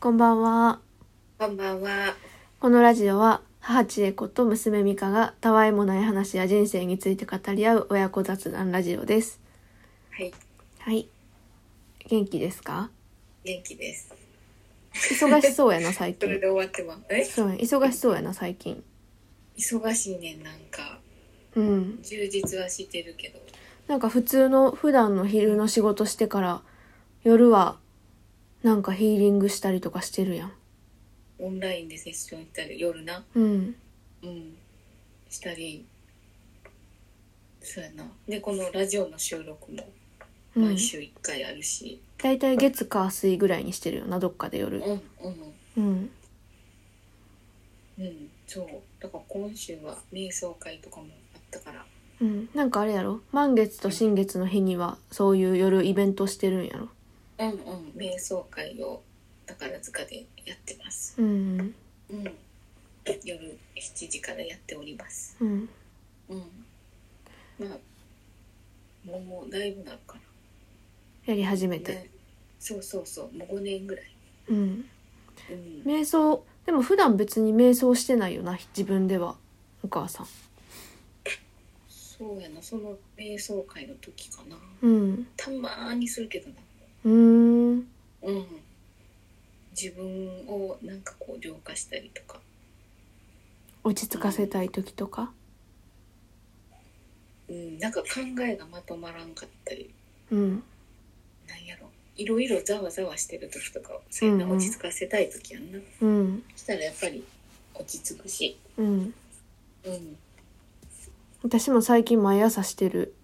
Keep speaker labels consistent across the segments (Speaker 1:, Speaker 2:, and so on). Speaker 1: こんばんは。
Speaker 2: こんばんは。
Speaker 1: このラジオは、母千恵子と娘美香が、たわいもない話や人生について語り合う親子雑談ラジオです。
Speaker 2: はい、
Speaker 1: はい。元気ですか
Speaker 2: 元気です。
Speaker 1: 忙しそうやな、最
Speaker 2: それ
Speaker 1: 近。
Speaker 2: で終わってます。え
Speaker 1: そうや、忙しそうやな、最近。
Speaker 2: 忙しいねん、なんか。
Speaker 1: うん。
Speaker 2: 充実はしてるけど。
Speaker 1: なんか普通の、普段の昼の仕事してから、夜は、なんかヒーリングしたりとかしてるやん。
Speaker 2: オンラインでセッションしたり、夜な。
Speaker 1: うん。
Speaker 2: うん。したり。そうやな。で、このラジオの収録も
Speaker 1: うん
Speaker 2: 毎。週1回あるし。
Speaker 1: だいたい月火水ぐらいにしてるよな、どっかで夜
Speaker 2: う。ん、うん、
Speaker 1: うん。
Speaker 2: うん。そう。だから今週は瞑想会とかもあったから。
Speaker 1: うん、なんかあれやろ満月と新月の日にはそういう夜イベントしてるんやろ
Speaker 2: うんうん。瞑想会を宝塚でやってます。
Speaker 1: うん
Speaker 2: うん。夜7時からやっております。
Speaker 1: うん
Speaker 2: うん。まあ、もうだいぶなるか
Speaker 1: やり始め
Speaker 2: な。
Speaker 1: て、
Speaker 2: ね、そうそうそう、もう5年ぐらい。
Speaker 1: うん
Speaker 2: うん。
Speaker 1: 瞑想でも普段別に瞑想してないよな自分ではお母さん
Speaker 2: そうやな、その瞑想会の時かな。
Speaker 1: うん
Speaker 2: たまーにするけどな。
Speaker 1: うーん
Speaker 2: うん。自分をなんかこう浄化したりとか。
Speaker 1: 落ち着かせたい時とか
Speaker 2: うん、なんか考えがまとまらんかったり、
Speaker 1: うん
Speaker 2: なんやろ。いろいろざわざわしてる時とか、そういう
Speaker 1: う
Speaker 2: の
Speaker 1: んうん
Speaker 2: 落ち着かせたい時やんな。
Speaker 1: うん
Speaker 2: そしたらやっぱり落ち着くし。
Speaker 1: うん
Speaker 2: うん。
Speaker 1: 私も最近毎朝してる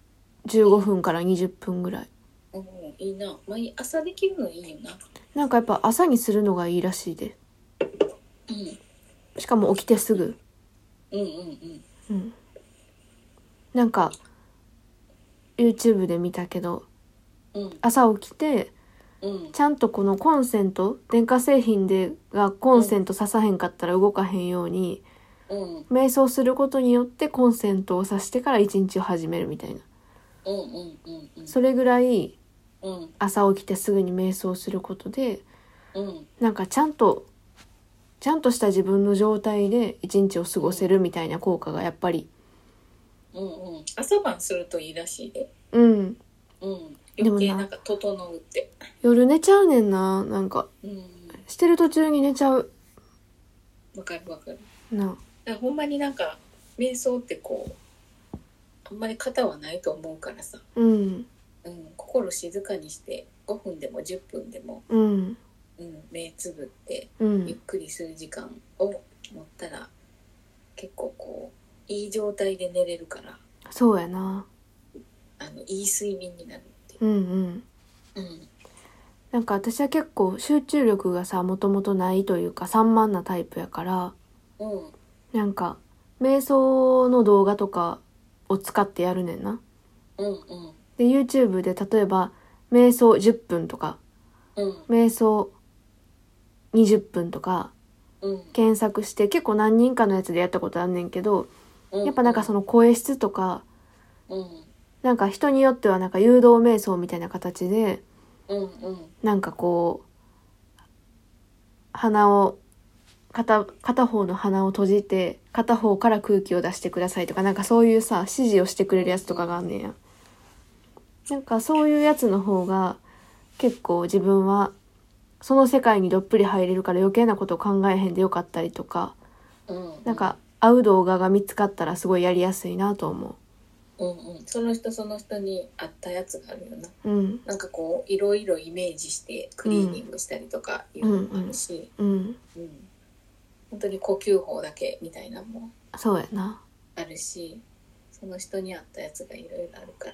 Speaker 1: 15分から20分ぐらい
Speaker 2: うん、いいな。毎朝できるのいいよな。
Speaker 1: なんかやっぱ朝にするのがいいらしいで
Speaker 2: うん。
Speaker 1: しかも起きてすぐ
Speaker 2: うんうんうん
Speaker 1: うん、なんか YouTube で見たけど
Speaker 2: うん
Speaker 1: 朝起きて
Speaker 2: うん
Speaker 1: ちゃんとこのコンセント電化製品でがコンセント刺さへんかったら動かへんように、
Speaker 2: うん
Speaker 1: 瞑想することによってコンセントを刺してから一日を始めるみたいな
Speaker 2: うんうんうんうん
Speaker 1: それぐらい
Speaker 2: うん
Speaker 1: 朝起きてすぐに瞑想することで
Speaker 2: うん
Speaker 1: なんかちゃんとちゃんとした自分の状態で一日を過ごせるみたいな効果がやっぱり
Speaker 2: うんうん朝晩するといいらしいで
Speaker 1: うん
Speaker 2: うん
Speaker 1: でもな
Speaker 2: 余計なんか整うって
Speaker 1: 夜寝ちゃうねんななんか
Speaker 2: うん
Speaker 1: してる途中に寝ちゃう
Speaker 2: わかるわかる
Speaker 1: な
Speaker 2: だからほんまになんか瞑想ってこうあんまり型はないと思うからさ
Speaker 1: うん
Speaker 2: うん心静かにして5分でも10分でも
Speaker 1: うん
Speaker 2: うん目つぶって
Speaker 1: う
Speaker 2: ゆっ
Speaker 1: ん
Speaker 2: くりする時間を持ったら結構こういい状態で寝れるから
Speaker 1: そうやな
Speaker 2: あのいい睡眠になるっていう
Speaker 1: うんうん
Speaker 2: うん
Speaker 1: なんか私は結構集中力がさもともとないというか散漫なタイプやから
Speaker 2: うん
Speaker 1: なんか瞑想の動画とかを使ってやるねんな
Speaker 2: うんうん
Speaker 1: で YouTube で例えば瞑想10分とか
Speaker 2: うん
Speaker 1: 瞑想20分とか
Speaker 2: うん
Speaker 1: 検索して結構何人かのやつでやったことあんねんけど
Speaker 2: うん
Speaker 1: やっぱなんかその声質とか
Speaker 2: うん
Speaker 1: なんか人によってはなんか誘導瞑想みたいな形で
Speaker 2: うんうん
Speaker 1: なんかこう鼻を片片方の鼻を閉じて片方から空気を出してくださいとかなんかそういうさ指示をしてくれるやつとかがあんねんやなんかそういうやつの方が結構自分はその世界にどっぷり入れるから余計なことを考えへんでよかったりとか
Speaker 2: うん
Speaker 1: なんか合う動画が見つかったらすごいやりやすいなと思
Speaker 2: うんうんその人その人に合ったやつがあるよな
Speaker 1: ううん
Speaker 2: なんかこういろいろイメージしてクリーニングしたりとかいうのもあるし
Speaker 1: うん
Speaker 2: うん、本当に呼吸法だけみたいなのも
Speaker 1: そうやな
Speaker 2: あるしその人に合ったやつがいろいろあるから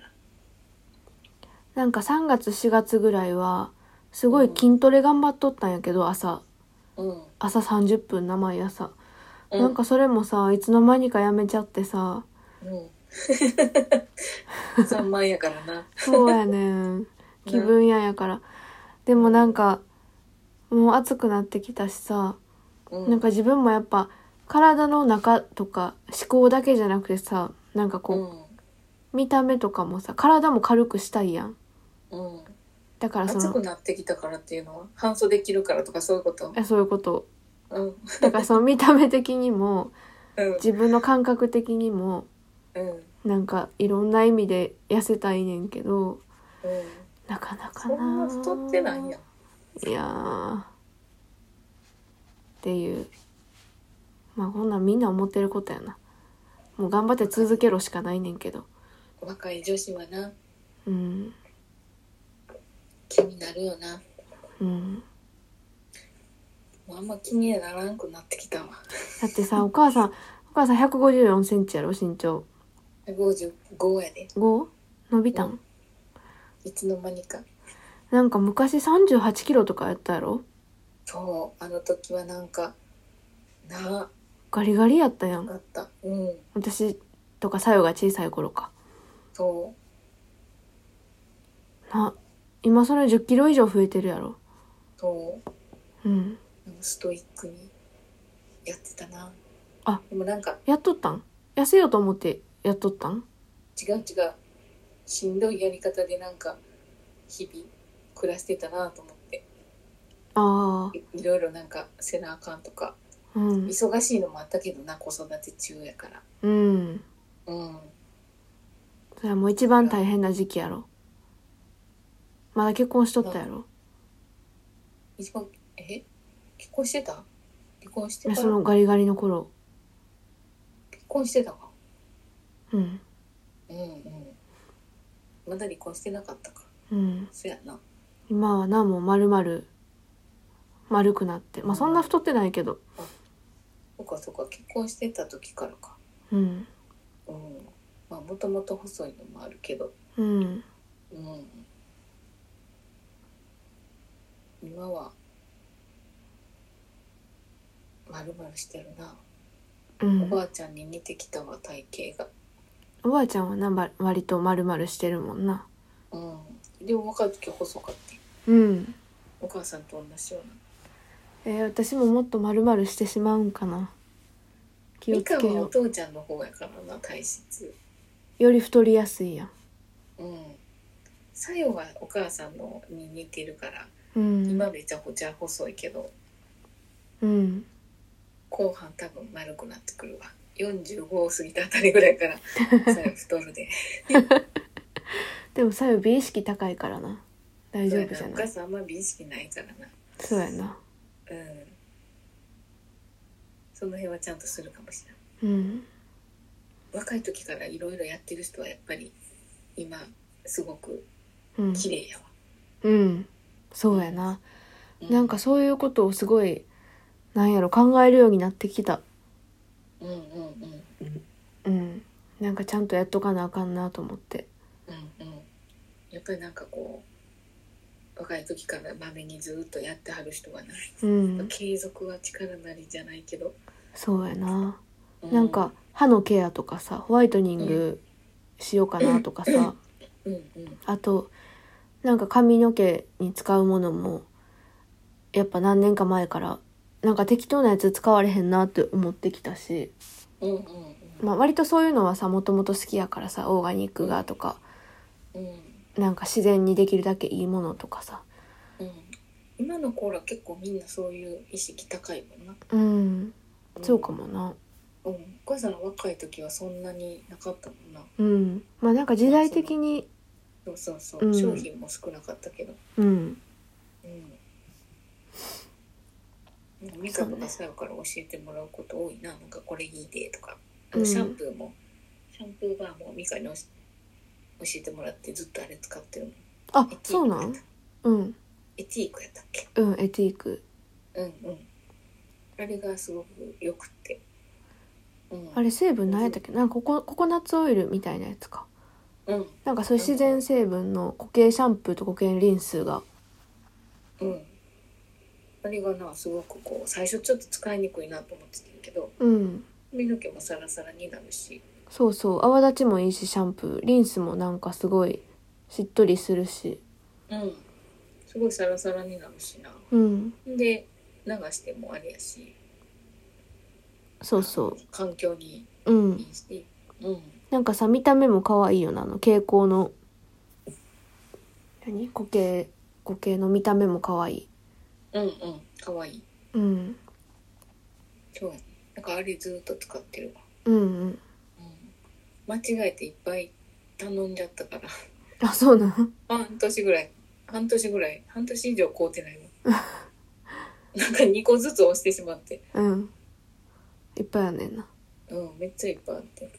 Speaker 1: なんか3月4月ぐらいはすごい筋トレ頑張っとったんやけど朝
Speaker 2: うん
Speaker 1: 朝30分な毎朝、
Speaker 2: う
Speaker 1: なんかそれもさいつの間にかやめちゃってさ
Speaker 2: うん3万やからな
Speaker 1: そうやね ん気分屋やからでもなんかもう暑くなってきたしさ
Speaker 2: うん
Speaker 1: なんか自分もやっぱ体の中とか思考だけじゃなくてさなんか
Speaker 2: う
Speaker 1: こ
Speaker 2: ん
Speaker 1: う見た目とかもさ体も軽くしたいやん
Speaker 2: うん
Speaker 1: だからそ
Speaker 2: 暑く
Speaker 1: の
Speaker 2: なってきたからっていうのは半袖着るからとかそういうこと
Speaker 1: あそういうこと
Speaker 2: うん
Speaker 1: だからその見た目的にも
Speaker 2: うん
Speaker 1: 自分の感覚的にも
Speaker 2: うんうん
Speaker 1: なんかいろんな意味で痩せたいねんけどなかなか
Speaker 2: そん
Speaker 1: な
Speaker 2: な太ってないやん
Speaker 1: いやーっていうまあこんなんみんな思ってることやなもう頑張って続けろしかないねんけど
Speaker 2: 若い女子はな
Speaker 1: うん
Speaker 2: 気になるよな
Speaker 1: うん
Speaker 2: もうあんま気にはならんくなってきたわ
Speaker 1: だってさお母さんお母さん1 5 4センチやろ身長
Speaker 2: 55やで
Speaker 1: 5? 伸びたん
Speaker 2: いつの間にか
Speaker 1: なんか昔3 8キロとかやったやろ
Speaker 2: そうあの時はなんかな
Speaker 1: ガリガリやったやん
Speaker 2: あったうん
Speaker 1: 私とかさよが小さい頃か
Speaker 2: そ
Speaker 1: な今それ1 0キロ以上増えてるやろ
Speaker 2: うそう
Speaker 1: うん
Speaker 2: なんかストイックにやってたな
Speaker 1: あ
Speaker 2: でもなんか
Speaker 1: やっとったん痩せようと思ってやっとったん
Speaker 2: 違う違うしんどいやり方でなんか日々暮らしてたなと思って
Speaker 1: ああ
Speaker 2: いいろいろなんかせなあかんとか
Speaker 1: うん
Speaker 2: 忙しいのもあったけどな子育て中やから
Speaker 1: うん
Speaker 2: うん
Speaker 1: それはもう一番大変な時期やろまだ結婚しとったやろ
Speaker 2: 一番え結婚してた離婚して
Speaker 1: いや
Speaker 2: た
Speaker 1: そのガリガリの頃
Speaker 2: 結婚してたか
Speaker 1: うん
Speaker 2: うんうんまだ離婚してなかったか
Speaker 1: うん
Speaker 2: そやな
Speaker 1: 今はなもう丸々丸くなってまあそんな太ってないけど
Speaker 2: そっかそっか結婚してた時からか
Speaker 1: うん
Speaker 2: うんまあもともと細いのもあるけど
Speaker 1: うん
Speaker 2: うん今はまるまるしてるな、
Speaker 1: う
Speaker 2: お
Speaker 1: ん
Speaker 2: ばあちゃんに似てきたわ体型
Speaker 1: おばあちゃんはなば割と丸々してるもんな
Speaker 2: がうんでも若い時細かったよ
Speaker 1: うん
Speaker 2: お母さんと同じような
Speaker 1: えー私ももっと丸々してしまうんかな気を
Speaker 2: み
Speaker 1: つ
Speaker 2: か
Speaker 1: け
Speaker 2: んは
Speaker 1: よ
Speaker 2: お
Speaker 1: う
Speaker 2: 父ちゃんの方やからな体質
Speaker 1: より太りやすいやん
Speaker 2: うんさよはお母さんのに似てるから、
Speaker 1: うん
Speaker 2: 今めちゃくちゃ細いけど
Speaker 1: うん
Speaker 2: 後半多分丸くなってくるわ45を過ぎたあたりぐらいから さよ太るで
Speaker 1: でもさよ美意識高いからな大丈夫じゃ
Speaker 2: お
Speaker 1: な
Speaker 2: 母
Speaker 1: い
Speaker 2: さんあんま美意識ないからな
Speaker 1: そうやな
Speaker 2: うんその辺はちゃんとするかもしれない
Speaker 1: うん
Speaker 2: 若い時からいろいろやってる人はやっぱり今すごく
Speaker 1: うん
Speaker 2: 綺麗やわ、
Speaker 1: うんそうやな
Speaker 2: う
Speaker 1: なんかそういうことをすごいなんやろ考えるようになってきた
Speaker 2: うんうんうん
Speaker 1: うんなんかちゃんとやっとかなあかんなと思って
Speaker 2: うんうんやっぱりなんかこう若い時からまめにずっとやってはる人はな、
Speaker 1: うん
Speaker 2: 継続は力なりじゃないけど、
Speaker 1: そうやな
Speaker 2: う
Speaker 1: なんか歯のケアとかさホワイトニングしようかなとかさ
Speaker 2: うんうん
Speaker 1: あとなんか髪の毛に使うものもやっぱ何年か前からなんか適当なやつ使われへんなって思ってきたし、
Speaker 2: うんうん
Speaker 1: まあ、割とそういうのはさもともと好きやからさオーガニックがとか
Speaker 2: うんうん
Speaker 1: なんか自然にできるだけいいものとかさ
Speaker 2: うん今の子ら結構みんなそういう意識高いもんな、
Speaker 1: うん
Speaker 2: うん
Speaker 1: そうかもな
Speaker 2: うん、お母さんの若い時はそんなになかったもんな
Speaker 1: うんまあなんか時代的に
Speaker 2: そうそうそう、
Speaker 1: うん
Speaker 2: 商品も少なかったけど
Speaker 1: うん
Speaker 2: うんミカとかさよから教えてもらうこと多いななんかこれいいでとかあ
Speaker 1: う
Speaker 2: の
Speaker 1: ん
Speaker 2: シャンプーも、シャンプーバーもミカに教え教えてもらってずっとあれ使ってるもん
Speaker 1: あ
Speaker 2: エティ
Speaker 1: そう
Speaker 2: ーク
Speaker 1: な
Speaker 2: やっ
Speaker 1: ん
Speaker 2: た
Speaker 1: うん
Speaker 2: エティークやったっけ
Speaker 1: うんエティーク
Speaker 2: うんうんあれがすごくよくって、うん、
Speaker 1: あれ成分何やったっけなんかココココナッツオイルみたいなやつか
Speaker 2: うん
Speaker 1: なんかそういう自然成分の固形シャンプーと固形リンスが
Speaker 2: うんあれがなすごくこう最初ちょっと使いにくいなと思ってたけど
Speaker 1: うん
Speaker 2: 髪の毛もサラサラになるし
Speaker 1: そうそう泡立ちもいいしシャンプーリンスもなんかすごいしっとりするし
Speaker 2: うんすごいサラサラになるしな
Speaker 1: うん
Speaker 2: で流してもあれやし
Speaker 1: そうそ
Speaker 2: 環境に
Speaker 1: うう
Speaker 2: い
Speaker 1: ん
Speaker 2: いし、うん、
Speaker 1: なんかさ見た目も可愛いよなあの蛍光の何固形コ系の見た目も可愛い
Speaker 2: うんうんかわいい
Speaker 1: うん
Speaker 2: そうやねなんかあれずっと使ってるわ、
Speaker 1: うんうん
Speaker 2: うん、間違えていっぱい頼んじゃったから
Speaker 1: あそうなの
Speaker 2: 半年ぐらい半年ぐらい半年以上買うてない わなんか2個ずつ押してしまって
Speaker 1: うんいっぱいあんねんな
Speaker 2: うんめっちゃいっぱいあって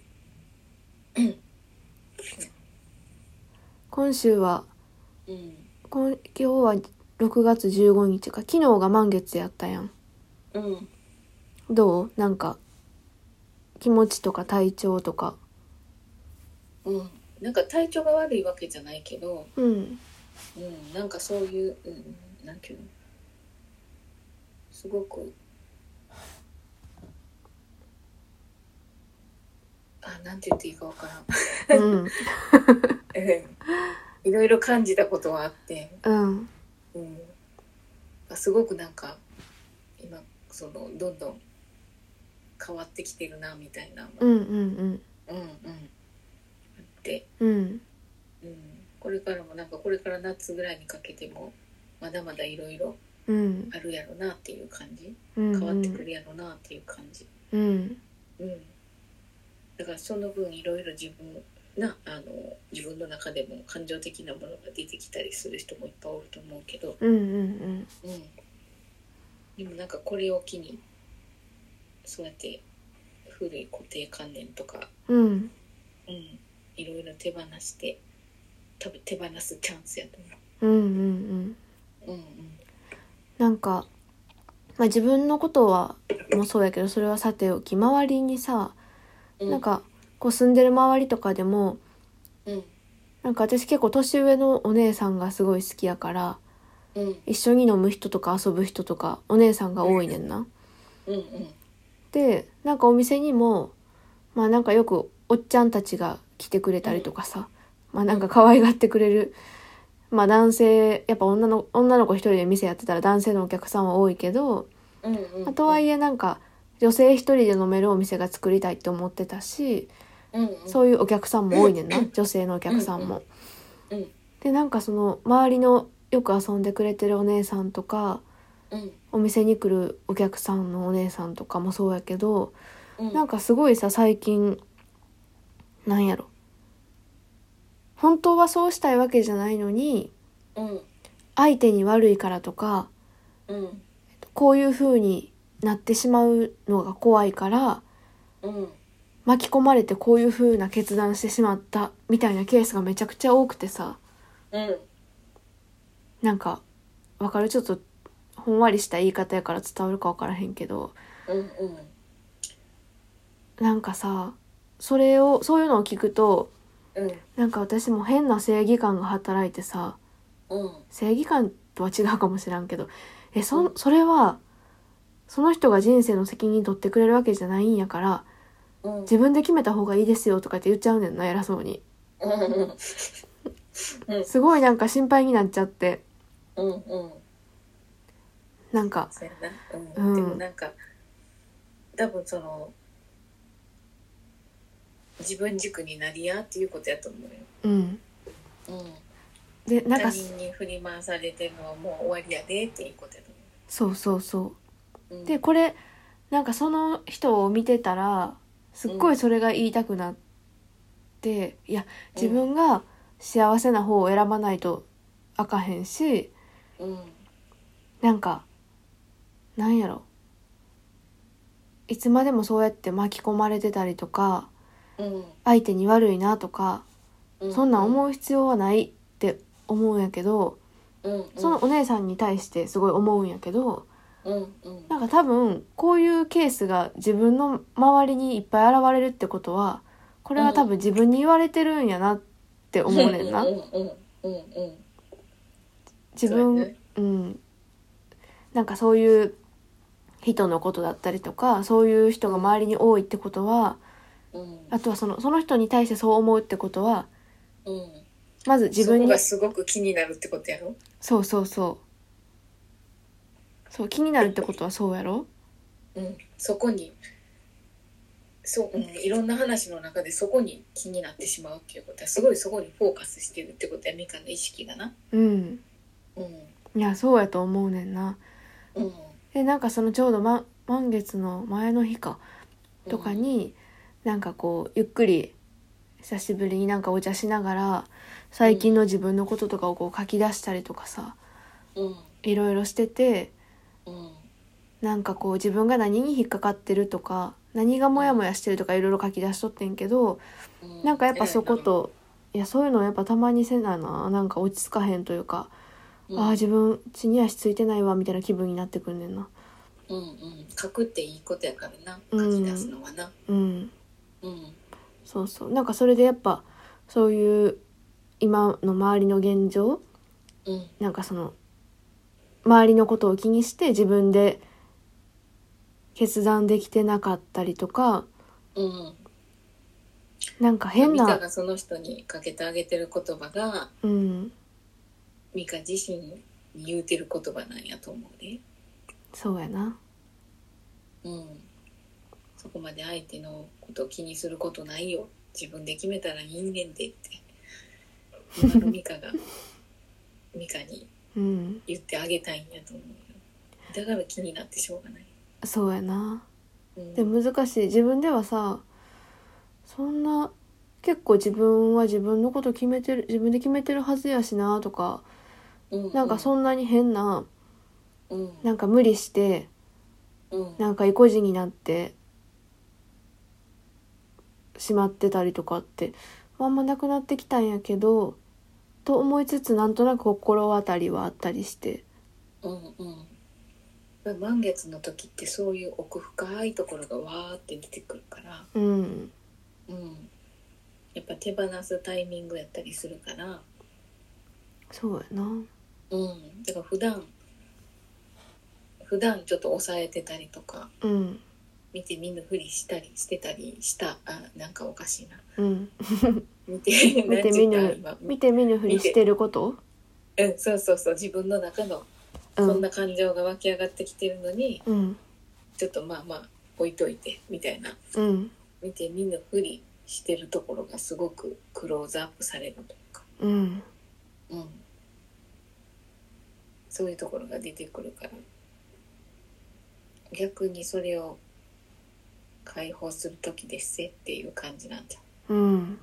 Speaker 1: 今週は
Speaker 2: うん
Speaker 1: 今今日は6月15日か昨日が満月やったやん
Speaker 2: うん
Speaker 1: どうなんか気持ちとか体調とか
Speaker 2: うんなんか体調が悪いわけじゃないけど
Speaker 1: うん
Speaker 2: うんなんかそういう、うん、なんていうのすごくあなんて言っていいかわからん
Speaker 1: うん
Speaker 2: ええいろいろ感じたことはあって、
Speaker 1: うん
Speaker 2: うん、すごくなんか今そのどんどん変わってきてるなみたいな、
Speaker 1: うんうん
Speaker 2: うんうん、あって、
Speaker 1: うんうん
Speaker 2: うん、これからもなんかこれから夏ぐらいにかけてもまだまだいろいろ
Speaker 1: うん
Speaker 2: あるやろなっていう感じ
Speaker 1: うん
Speaker 2: 変わってくるやろなっていう感じ、
Speaker 1: うん
Speaker 2: うん、だからその分いろいろ自分なあの自分の中でも感情的なものが出てきたりする人もいっぱいおると思うけど、
Speaker 1: うんうん
Speaker 2: うん、でもなんかこれを機にそうやって古い固定観念とか、
Speaker 1: うんうん
Speaker 2: うん、いろいろ手放して多分手放すチャンスやと
Speaker 1: うんうんうん
Speaker 2: 思う。うん
Speaker 1: なんか、まあ、自分のことはもうそうやけどそれはさておき周りにさ
Speaker 2: うん、
Speaker 1: なん、かこう住んでる周りとかでも
Speaker 2: うん
Speaker 1: なんか私結構年上のお姉さんがすごい好きやから
Speaker 2: うん
Speaker 1: 一緒に飲む人とか遊ぶ人とかお姉さんが多いねんな。
Speaker 2: うんうん
Speaker 1: でなんかお店にもまあなんかよくおっちゃんたちが来てくれたりとかさ、まあなんか可愛がってくれるまあ男性やっぱ女の女の子一人で店やってたら男性のお客さんは多いけど、
Speaker 2: うんうん
Speaker 1: まあとはいえなんか女性一人で飲めるお店が作りたいって思ってたし
Speaker 2: うんうん
Speaker 1: そういうお客さんも多いねんな女性のお客さんも。
Speaker 2: うん
Speaker 1: でなんかその周りのよく遊んでくれてるお姉さんとか
Speaker 2: うん
Speaker 1: お店に来るお客さんのお姉さんとかもそうやけど、
Speaker 2: うん
Speaker 1: なんかすごいさ最近なんやろ本当はそうしたいわけじゃないのに
Speaker 2: うん
Speaker 1: 相手に悪いからとか
Speaker 2: うん
Speaker 1: こういう風になってしまうのが怖いから
Speaker 2: うん
Speaker 1: 巻き込まれてこういう風な決断してしまったみたいなケースがめちゃくちゃ多くてさ
Speaker 2: うん
Speaker 1: なんかわかるちょっとほんわりした言い方やから伝わるかわからへんけど
Speaker 2: うんうん
Speaker 1: なんかさそれをそういうのを聞くと
Speaker 2: うん
Speaker 1: なんか私も変な正義感が働いてさ
Speaker 2: うん
Speaker 1: 正義感とは違うかもしらんけどえそそれはその人が人生の責任取ってくれるわけじゃないんやから
Speaker 2: うん
Speaker 1: 自分で決めた方がいいですよとかって言っちゃうねんな偉そうに
Speaker 2: うんうん
Speaker 1: すごいなんか心配になっちゃって
Speaker 2: うんうん
Speaker 1: なんか
Speaker 2: そうやな、う
Speaker 1: う
Speaker 2: ん
Speaker 1: ん
Speaker 2: でもなんか多分その自分軸になりやっていうことやと思う
Speaker 1: うん
Speaker 2: よ、うん、
Speaker 1: でなん
Speaker 2: 他
Speaker 1: か
Speaker 2: 人に振り回されてるのはもう終わりやでっていうことやと
Speaker 1: そうそうそ
Speaker 2: 思う、う、
Speaker 1: うんでこれなんかその人を見てたらすっごいそれが言いたくなっていや自分が幸せな方を選ばないとあかへんし
Speaker 2: うん
Speaker 1: なんかなんやろいつまでもそうやって巻き込まれてたりとか
Speaker 2: うん
Speaker 1: 相手に悪いなとか
Speaker 2: うん
Speaker 1: そんなん思う必要はないって思うんやけど
Speaker 2: うんうん
Speaker 1: そのお姉さんに対してすごい思うんやけど
Speaker 2: うんうん
Speaker 1: なんか多分こういうケースが自分の周りにいっぱい現れるってことはこれは多分自分に言われてるんやなって思うねんな
Speaker 2: うんうんうんうん
Speaker 1: 自
Speaker 2: そうや
Speaker 1: 分
Speaker 2: ね
Speaker 1: うんなんかそういう人のことだったりとかそういう人が周りに多いってことは
Speaker 2: うん
Speaker 1: あとはそのその人に対してそう思うってことは
Speaker 2: うん
Speaker 1: まず自分
Speaker 2: そこ
Speaker 1: に
Speaker 2: がすごく気になるってことやろ
Speaker 1: そうそうそうそう気になるってことはそうやろ
Speaker 2: うん、そこにそう、うん、いろんな話の中でそこに気になってしまうっていうことはすごいそこにフォーカスしてるってことやみかの意識がな、
Speaker 1: うん
Speaker 2: う
Speaker 1: いやそうやと思うねんなん
Speaker 2: うん
Speaker 1: でなんかそのちょうど、ま、満月の前の日かとかに、なんかこうゆっくり久しぶりになんかお茶しながら最近の自分のこととかをこう書き出したりとかさ
Speaker 2: うん
Speaker 1: いろいろしてて
Speaker 2: うん
Speaker 1: なんかこう自分が何に引っかかってるとか何がモヤモヤしてるとかいろいろ書き出しとってんけど
Speaker 2: うん
Speaker 1: なんかやっぱそこといやそういうのやっぱたまにせなななんか落ち着かへんというか、
Speaker 2: うん
Speaker 1: ああ自分血に足ついてないわみたいな気分になってくんねんな。
Speaker 2: うんうん書くっていいことやからな
Speaker 1: うん
Speaker 2: 書き出すのはな
Speaker 1: うん
Speaker 2: うん
Speaker 1: そうそうなんかそれでやっぱそういう今の周りの現状
Speaker 2: うん
Speaker 1: なんかその周りのことを気にして自分で決断できてなかったりとか
Speaker 2: うん
Speaker 1: なんか変
Speaker 2: ミカ
Speaker 1: な、
Speaker 2: がその人にかけてあげてる言葉が
Speaker 1: うん、
Speaker 2: ミカ自身に言うてる言葉なんやと思うね
Speaker 1: そうやな
Speaker 2: うんそこまで相手のことを気にすることないよ自分で決めたらいいねんでって今のミカが ミカに
Speaker 1: うん
Speaker 2: 言ってあげたいんやと思うよだから気になってしょうがない、
Speaker 1: そうやな
Speaker 2: うん、
Speaker 1: で難しい自分ではさそんな結構自分は自分のこと決めてる自分で決めてるはずやしなとか
Speaker 2: う
Speaker 1: なんかそんなに変な
Speaker 2: うん
Speaker 1: なんか無理して
Speaker 2: うん
Speaker 1: なんか意固地になってしまってたりとかってあんまなくなってきたんやけどと思いつつなんとなく心当たりはあったりして
Speaker 2: うんうん満月の時ってそういう奥深いところがわーって出てくるから、
Speaker 1: うん
Speaker 2: うん、やっぱ手放すタイミングやったりするから、
Speaker 1: そうやな
Speaker 2: うん、だから普段普段ちょっと抑えてたりとか
Speaker 1: うん
Speaker 2: 見て見ぬふりしたりしてたりしたあなんかおかしいな
Speaker 1: うん
Speaker 2: 見て
Speaker 1: 見て見ぬ
Speaker 2: なんて言
Speaker 1: 見て見ぬふりしてること
Speaker 2: った今うん、そうそうそう自分の中の
Speaker 1: う
Speaker 2: こん
Speaker 1: ん
Speaker 2: な感情が湧き上がってきてるのに、
Speaker 1: うん
Speaker 2: ちょっとまあまあ置いといてみたいな
Speaker 1: うん
Speaker 2: 見て見ぬふりしてるところがすごくクローズアップされるというか、
Speaker 1: うん
Speaker 2: うん、そういうところが出てくるから逆にそれを解放する時ですぜっていう感じなんじゃん
Speaker 1: うん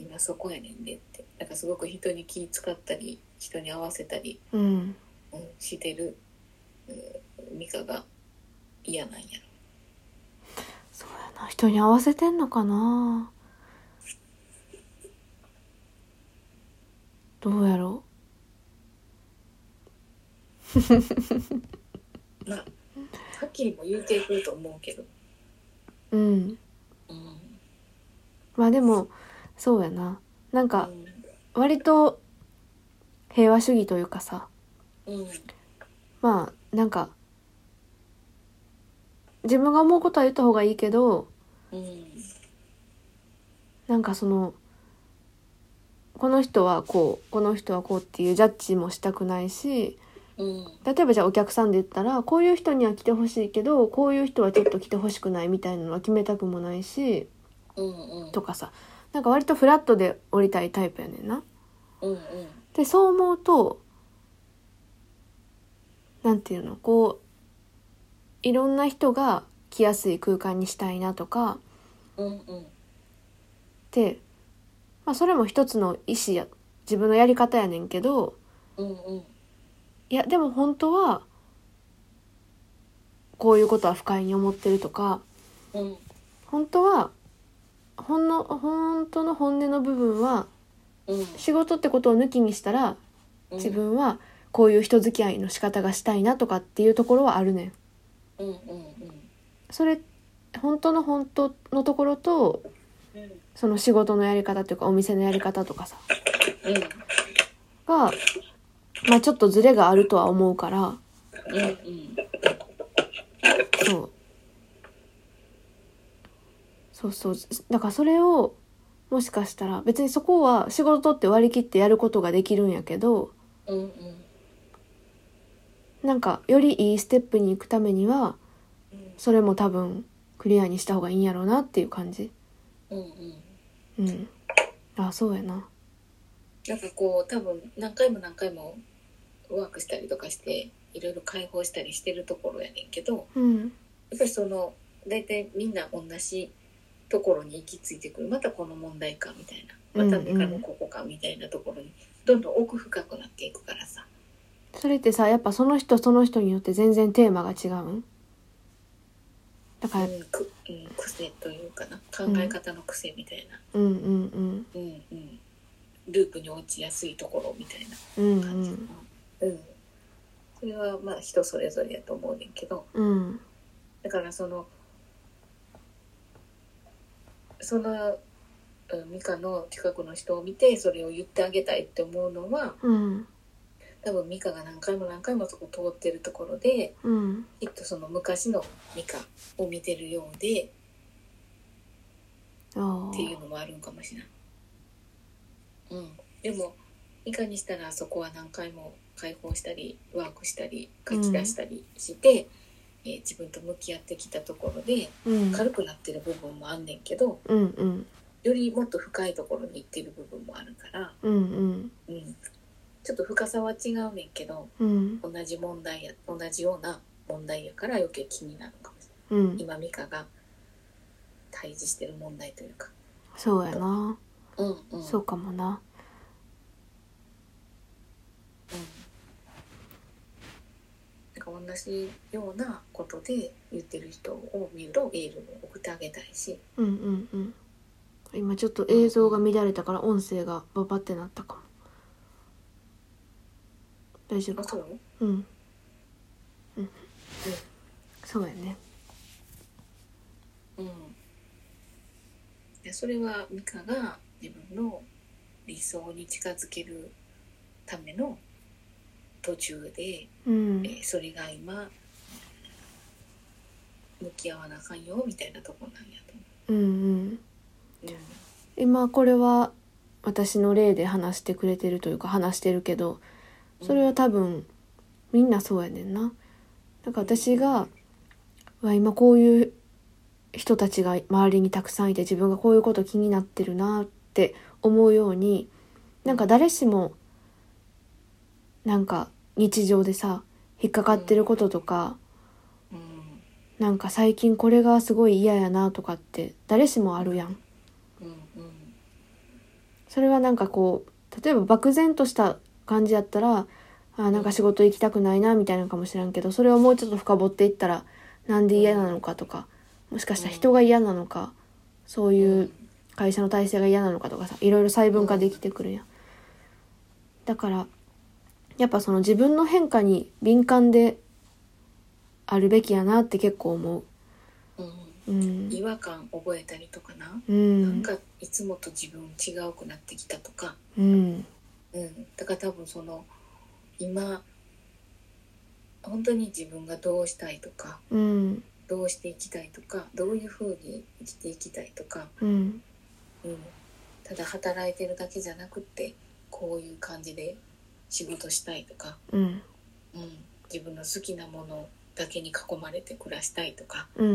Speaker 2: 今そこやねんでってなんかすごく人に気使ったり人に合わせたり、
Speaker 1: うん
Speaker 2: うん、してる、うん、ミカが嫌なんやろ
Speaker 1: そうやな人に合わせてんのかなどうやろ
Speaker 2: まあはっきりも言うてくると思うけど、
Speaker 1: ううん
Speaker 2: うん
Speaker 1: まあでもそうやななんか
Speaker 2: うん
Speaker 1: 割と平和主義というかさ
Speaker 2: うん
Speaker 1: まあなんか自分が思うことは言った方がいいけど
Speaker 2: うん
Speaker 1: なんかそのこの人はこうこの人はこうっていうジャッジもしたくないし
Speaker 2: うん
Speaker 1: 例えばじゃあお客さんで言ったらこういう人には来てほしいけどこういう人はちょっと来てほしくないみたいなのは決めたくもないし
Speaker 2: うんうん
Speaker 1: とかさなんか割とフラットで降りたいタイプやねんな。
Speaker 2: うんうん
Speaker 1: でそう思うとなんていうのこういろんな人が来やすい空間にしたいなとか
Speaker 2: うんうん
Speaker 1: で、まあ、それも一つの意思や自分のやり方やねんけど
Speaker 2: うんうん
Speaker 1: いやでも本当はこういうことは不快に思ってるとか
Speaker 2: うん
Speaker 1: 本当はほんの本当の本音の部分は
Speaker 2: うん
Speaker 1: 仕事ってことを抜きにしたら自分はこういう人付き合いの仕方がしたいなとかっていうところはあるねん。
Speaker 2: うんうんうん
Speaker 1: それ本当の本当のところと
Speaker 2: うん
Speaker 1: その仕事のやり方というかお店のやり方とかさが、まあ、ちょっとズレがあるとは思うから
Speaker 2: うんうん
Speaker 1: そうそうそうだからそれをもしかしたら別にそこは仕事って割り切ってやることができるんやけど
Speaker 2: うん
Speaker 1: なんかよりいいステップに行くためにはそれも多分クリアにした方がいいんやろうなっていう感じ
Speaker 2: うんうん
Speaker 1: うんあそうやな
Speaker 2: なんかこう多分何回も何回もワークしたりとかしていろいろ解放したりしてるところやねんけど
Speaker 1: うん
Speaker 2: やっぱりその大体みんな同じところに行き着いてくるまたこの問題かみたいなまたメカのここかみたいなところにどんどん奥深くなっていくからさ
Speaker 1: それってさやっぱその人その人によって全然テーマが違うんだから
Speaker 2: うんくうん、癖というかな考え方の癖みたいな、
Speaker 1: うんうん
Speaker 2: うんうん、ループに落ちやすいところみたい
Speaker 1: うんうん
Speaker 2: な感じかな、うんそれはまあ人それぞれやと思うねんけど
Speaker 1: うんうん
Speaker 2: だからそのそのうんミカの近くの人を見てそれを言ってあげたいって思うのは
Speaker 1: うん
Speaker 2: 多分ミカが何回も何回もそこ通ってるところで
Speaker 1: うん
Speaker 2: きっとその昔のミカを見てるようで
Speaker 1: あ
Speaker 2: っていうのもあるんかもしれない。うん、でもいかにしたらそこは何回も解放したりワークしたり書き出したりして、えー自分と向き合ってきたところで
Speaker 1: あうん
Speaker 2: 軽くなってる部分もあんねんけど
Speaker 1: うんうん
Speaker 2: よりもっと深いところに行ってる部分もあるから、
Speaker 1: うんうん
Speaker 2: うん、ちょっと深さは違うねんけど
Speaker 1: うん
Speaker 2: 同じ問題や同じような問題やから余計気になるかもしれ
Speaker 1: う
Speaker 2: ない
Speaker 1: ん
Speaker 2: 今美香が対峙してる問題というか。
Speaker 1: そうやな
Speaker 2: うんうん、
Speaker 1: そうかもな
Speaker 2: なんか同じようなことで言ってる人を見るとエールを送ってあげたいし、
Speaker 1: うんうんうん今ちょっと映像が乱れたから音声がババってなったかも大丈夫
Speaker 2: あ
Speaker 1: か
Speaker 2: そう
Speaker 1: うんうんそうやね
Speaker 2: うん、でそれはミカが自分の理想に近づけるための途中で、
Speaker 1: うん
Speaker 2: えーそれが今向き合わなあかんよみたいなとこなんやと
Speaker 1: うんうん
Speaker 2: 思う。
Speaker 1: 今これは私の例で話してくれてるというか話してるけどそれは多分みんなそうやねんなだから私がうわ今こういう人たちが周りにたくさんいて自分がこういうこと気になってるなって思うようになんか誰しもなんか日常でさ引っかかってることとか
Speaker 2: うん
Speaker 1: なんか最近これがすごい嫌やなとかって誰しもあるやん。
Speaker 2: うんうん
Speaker 1: それはなんかこう例えば漠然とした感じやったらあーなんか仕事行きたくないなみたいなのかもしらんけどそれをもうちょっと深掘っていったらなんで嫌なのかとかもしかしたら人が嫌なのかそういう会社の体制が嫌なのかとかさいろいろ細分化できてくるやん。だからやっぱその自分の変化に敏感であるべきやなって結構思う。
Speaker 2: うん
Speaker 1: う
Speaker 2: うん
Speaker 1: ん、
Speaker 2: 違和感覚えたりとかな。
Speaker 1: う
Speaker 2: なん
Speaker 1: ん、
Speaker 2: かいつもと自分違うくなってきたとか、
Speaker 1: うん、
Speaker 2: うん、だから多分その今本当に自分がどうしたいとか
Speaker 1: うん、
Speaker 2: どうしていきたいとかどういうふうに生きていきたいとか、
Speaker 1: うん、
Speaker 2: うん、ただ働いてるだけじゃなくってこういう感じで仕事したいとか、
Speaker 1: うん、
Speaker 2: うん、自分の好きなものだけに囲まれて暮らしたいとか
Speaker 1: うん、う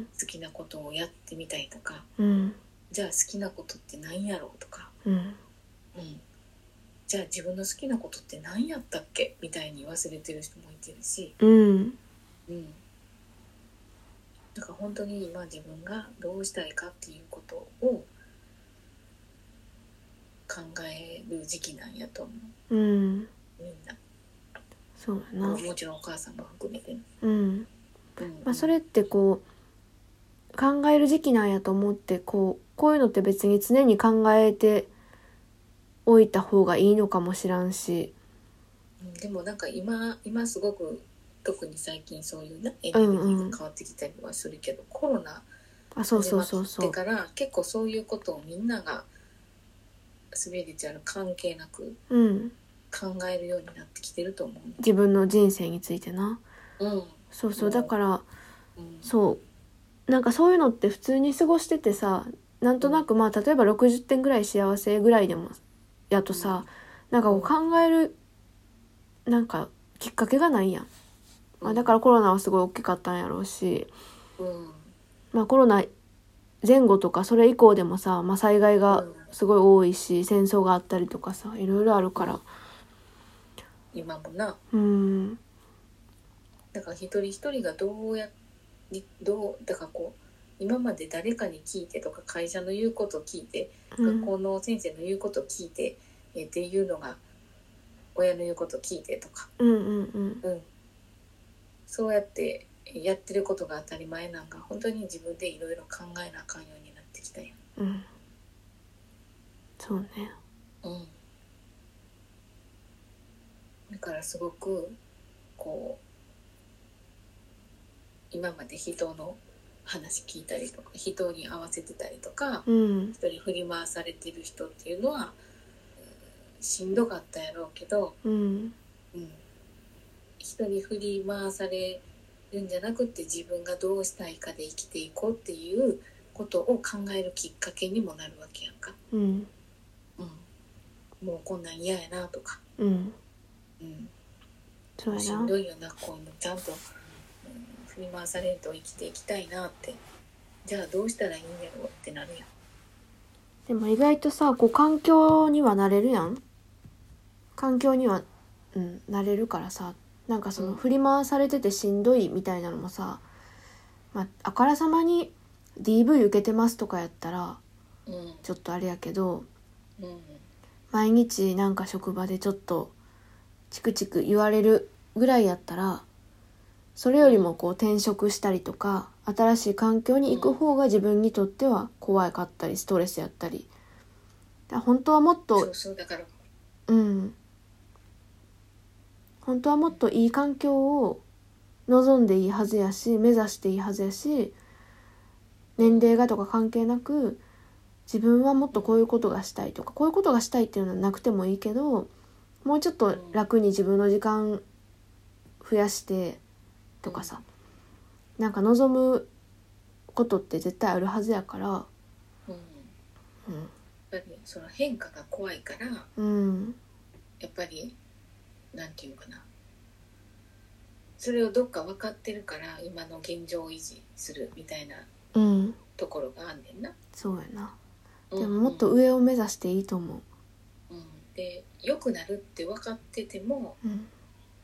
Speaker 1: ん、
Speaker 2: 好きなことをやってみたいとか
Speaker 1: うん。
Speaker 2: じゃあ好きなことって何やろうとか。
Speaker 1: うん
Speaker 2: うん、じゃあ自分の好きなことって何やったっけみたいに忘れてる人もいてるし、
Speaker 1: うん
Speaker 2: うん、だから本当に今自分がどうしたいかっていうことを考える時期なんやと思う
Speaker 1: うん
Speaker 2: みんな、
Speaker 1: そうやな
Speaker 2: もちろんお母さんも含めてね、
Speaker 1: うん、
Speaker 2: うん
Speaker 1: まあ、それってこう考える時期なんやと思ってこうこういうのって別に常に考えておいた方がいいのかもしらんし
Speaker 2: うんでもなんか今今すごく特に最近そういうなエネルギーが変わってきたりはするけど、コロナ
Speaker 1: あそうそうそうそ
Speaker 2: だ
Speaker 1: う
Speaker 2: から結構そういうことをみんながスピリチュアル関係なく
Speaker 1: うん
Speaker 2: 考えるようになってきてると思うね
Speaker 1: 自分の人生についてな
Speaker 2: うん
Speaker 1: そうそうだから
Speaker 2: うん
Speaker 1: そうなんかそういうのって普通に過ごしててさなんとなくまあ例えば60点ぐらい幸せぐらいでもやとさなんかこう考えるなんかきっかけがないやん、まあ、だからコロナはすごい大きかったんやろうし、
Speaker 2: うん
Speaker 1: まあ、コロナ前後とかそれ以降でもさ、まあ、災害がすごい多いし戦争があったりとかさいろいろあるから
Speaker 2: 今もな
Speaker 1: うん
Speaker 2: だから一人一人がどうやりどうだからこう今まで誰かに聞いてとか会社の言うこと聞いて
Speaker 1: うん
Speaker 2: 学校の先生の言うこと聞いて、えーっていうのが親の言うこと聞いてとか、
Speaker 1: うんうん
Speaker 2: うん、そうやってやってることが当たり前なんか本当に自分でいろいろ考えなあかんようになってきたよ。
Speaker 1: うんうんそうね
Speaker 2: うん、だからすごくこう今まで人の話聞いたりとか人に合わせてたりとか
Speaker 1: うん
Speaker 2: 人に振り回されてる人っていうのは、うんしんどかったやろうけど、
Speaker 1: うん
Speaker 2: うん、人に振り回されるんじゃなくて自分がどうしたいかで生きていこうっていうことを考えるきっかけにもなるわけやんか。
Speaker 1: うん
Speaker 2: うん、もうこんなん嫌やなとか、
Speaker 1: うん
Speaker 2: うん、
Speaker 1: そうや
Speaker 2: し
Speaker 1: なん
Speaker 2: どいよなこういうのちゃんと、うん、振り回されると生きていきたいなってじゃあどうしたらいいんやろうってなるやん
Speaker 1: でも意外とさこう環境にはなれるやん環境にはうんなれるからさなんかそうの
Speaker 2: ん
Speaker 1: 振り回されててしんどいみたいなのもさ、まあ、あからさまに DV 受けてますとかやったら
Speaker 2: うん
Speaker 1: ちょっとあれやけど
Speaker 2: うん
Speaker 1: 毎日なんか職場でちょっとチクチク言われるぐらいやったらそれよりもこう転職したりとか新しい環境に行く方が自分にとっては怖かったりストレスやったりだから本当はもっ
Speaker 2: そ
Speaker 1: と
Speaker 2: うそうだから
Speaker 1: うん本当はもっといい環境を望んでいいはずやし目指していいはずやし年齢がとか関係なく自分はもっとこういうことがしたいとかこういうことがしたいっていうのはなくてもいいけどもうちょっと楽に自分の時間増やしてとかさなんか望むことって絶対あるはずやから
Speaker 2: うんやっ
Speaker 1: うん
Speaker 2: ぱりその変化が怖いから
Speaker 1: うん
Speaker 2: やっぱりなんていうかなそれをどっか分かってるから今の現状を維持するみたいな
Speaker 1: うん
Speaker 2: ところがあんねんな。
Speaker 1: そうやな。
Speaker 2: うん
Speaker 1: でももっと上を目指していいと思う。
Speaker 2: うんで良くなるって分かってても
Speaker 1: うん、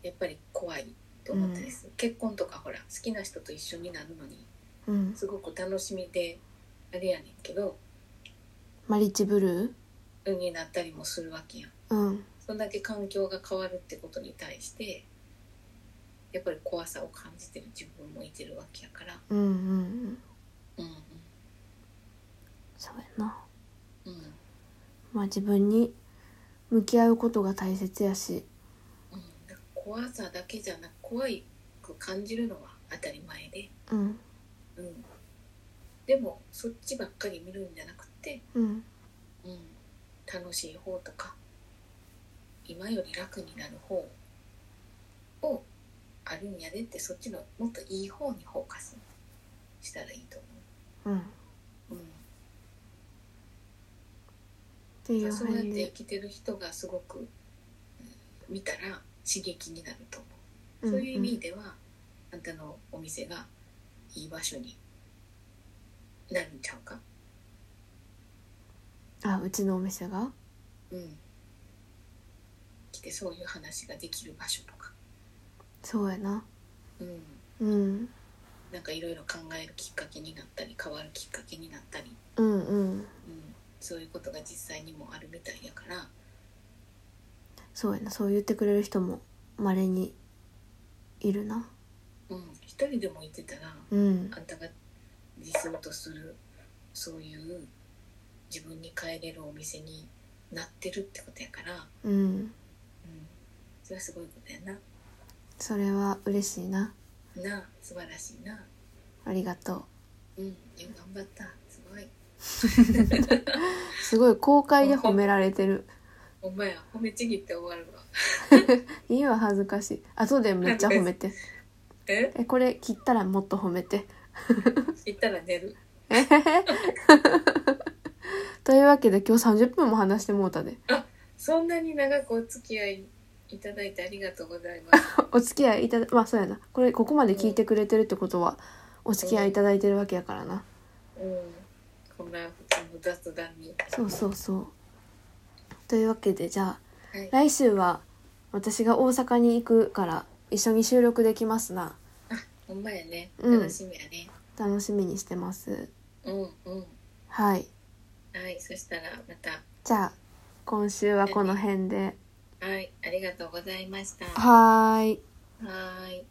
Speaker 2: やっぱり怖いと思ったりする、結婚とかほら好きな人と一緒になるのに
Speaker 1: うん、
Speaker 2: すごく楽しみであれやねんけど
Speaker 1: マリッチブル
Speaker 2: 運になったりもするわけやん
Speaker 1: ー。うん、
Speaker 2: そんだけ環境が変わるってことに対してやっぱり怖さを感じてる自分もいてるわけやから
Speaker 1: うん、うん、うん、
Speaker 2: うんうん
Speaker 1: そうやな。
Speaker 2: うん
Speaker 1: まあ、自分に向き合うことが大切やし。
Speaker 2: うんだから怖さだけじゃなく怖いく感じるのは当たり前で、
Speaker 1: うん、
Speaker 2: うん、でもそっちばっかり見るんじゃなくて
Speaker 1: うん、
Speaker 2: うん、楽しい方とか今より楽になる方をあるんやでってそっちのもっといい方にフォーカスしたらいいと
Speaker 1: うん、っ
Speaker 2: 思う、うん
Speaker 1: ていう
Speaker 2: そうやっ
Speaker 1: 感
Speaker 2: て
Speaker 1: じ
Speaker 2: 生
Speaker 1: で。
Speaker 2: きてる人がすごく、うん見たら刺激になると思う、
Speaker 1: ん
Speaker 2: そういう意味ではあんたのお店がいい場所になるんちゃうか、
Speaker 1: うんあ、うちのお店が。
Speaker 2: うん、来てそういう話ができる場所とか。
Speaker 1: そうやな。
Speaker 2: うん
Speaker 1: うん、
Speaker 2: なんかいろいろ考えるきっかけになったり変わるきっかけになったり、
Speaker 1: うん、うん。
Speaker 2: うん、そういうことが実際にもあるみたいやから、
Speaker 1: そうやな。そう言ってくれる人も稀にいるな。
Speaker 2: うん、一人でもいてたら
Speaker 1: うん、
Speaker 2: あんたが理想とするそういう自分に帰れるお店になってるってことやから、うん、
Speaker 1: うん。
Speaker 2: それはすごいことやな
Speaker 1: それは嬉しいな。
Speaker 2: なあ素晴らしいな、
Speaker 1: ありがと。
Speaker 2: うん、よう頑張ったすごいう
Speaker 1: すごい公開で褒められてる。
Speaker 2: お前や褒めちぎって終わるわ
Speaker 1: いいわ恥ずかしい後でめっちゃ褒めて
Speaker 2: え
Speaker 1: えこれ切ったらもっと褒めて
Speaker 2: 言ったら寝る
Speaker 1: えへへというわけで今日30分も話してもうたで
Speaker 2: そんなに長くお付き合いいただいてありがとうござい ます。
Speaker 1: お付き合いいただまあそうやなこれここまで聞いてくれてるってことはお付き合いいただいてるわけやからな
Speaker 2: うん、こんな普通の雑談に。
Speaker 1: そうそうそうというわけでじゃあ
Speaker 2: はい、
Speaker 1: 来週は私が大阪に行くから一緒に収録できますな
Speaker 2: ほんまやね
Speaker 1: うん
Speaker 2: 楽しみやね
Speaker 1: 楽しみにしてます
Speaker 2: うんうん
Speaker 1: はい
Speaker 2: はいそしたらまた
Speaker 1: じゃあ今週はこの辺で
Speaker 2: はいありがとうございましたは
Speaker 1: はーい
Speaker 2: ーい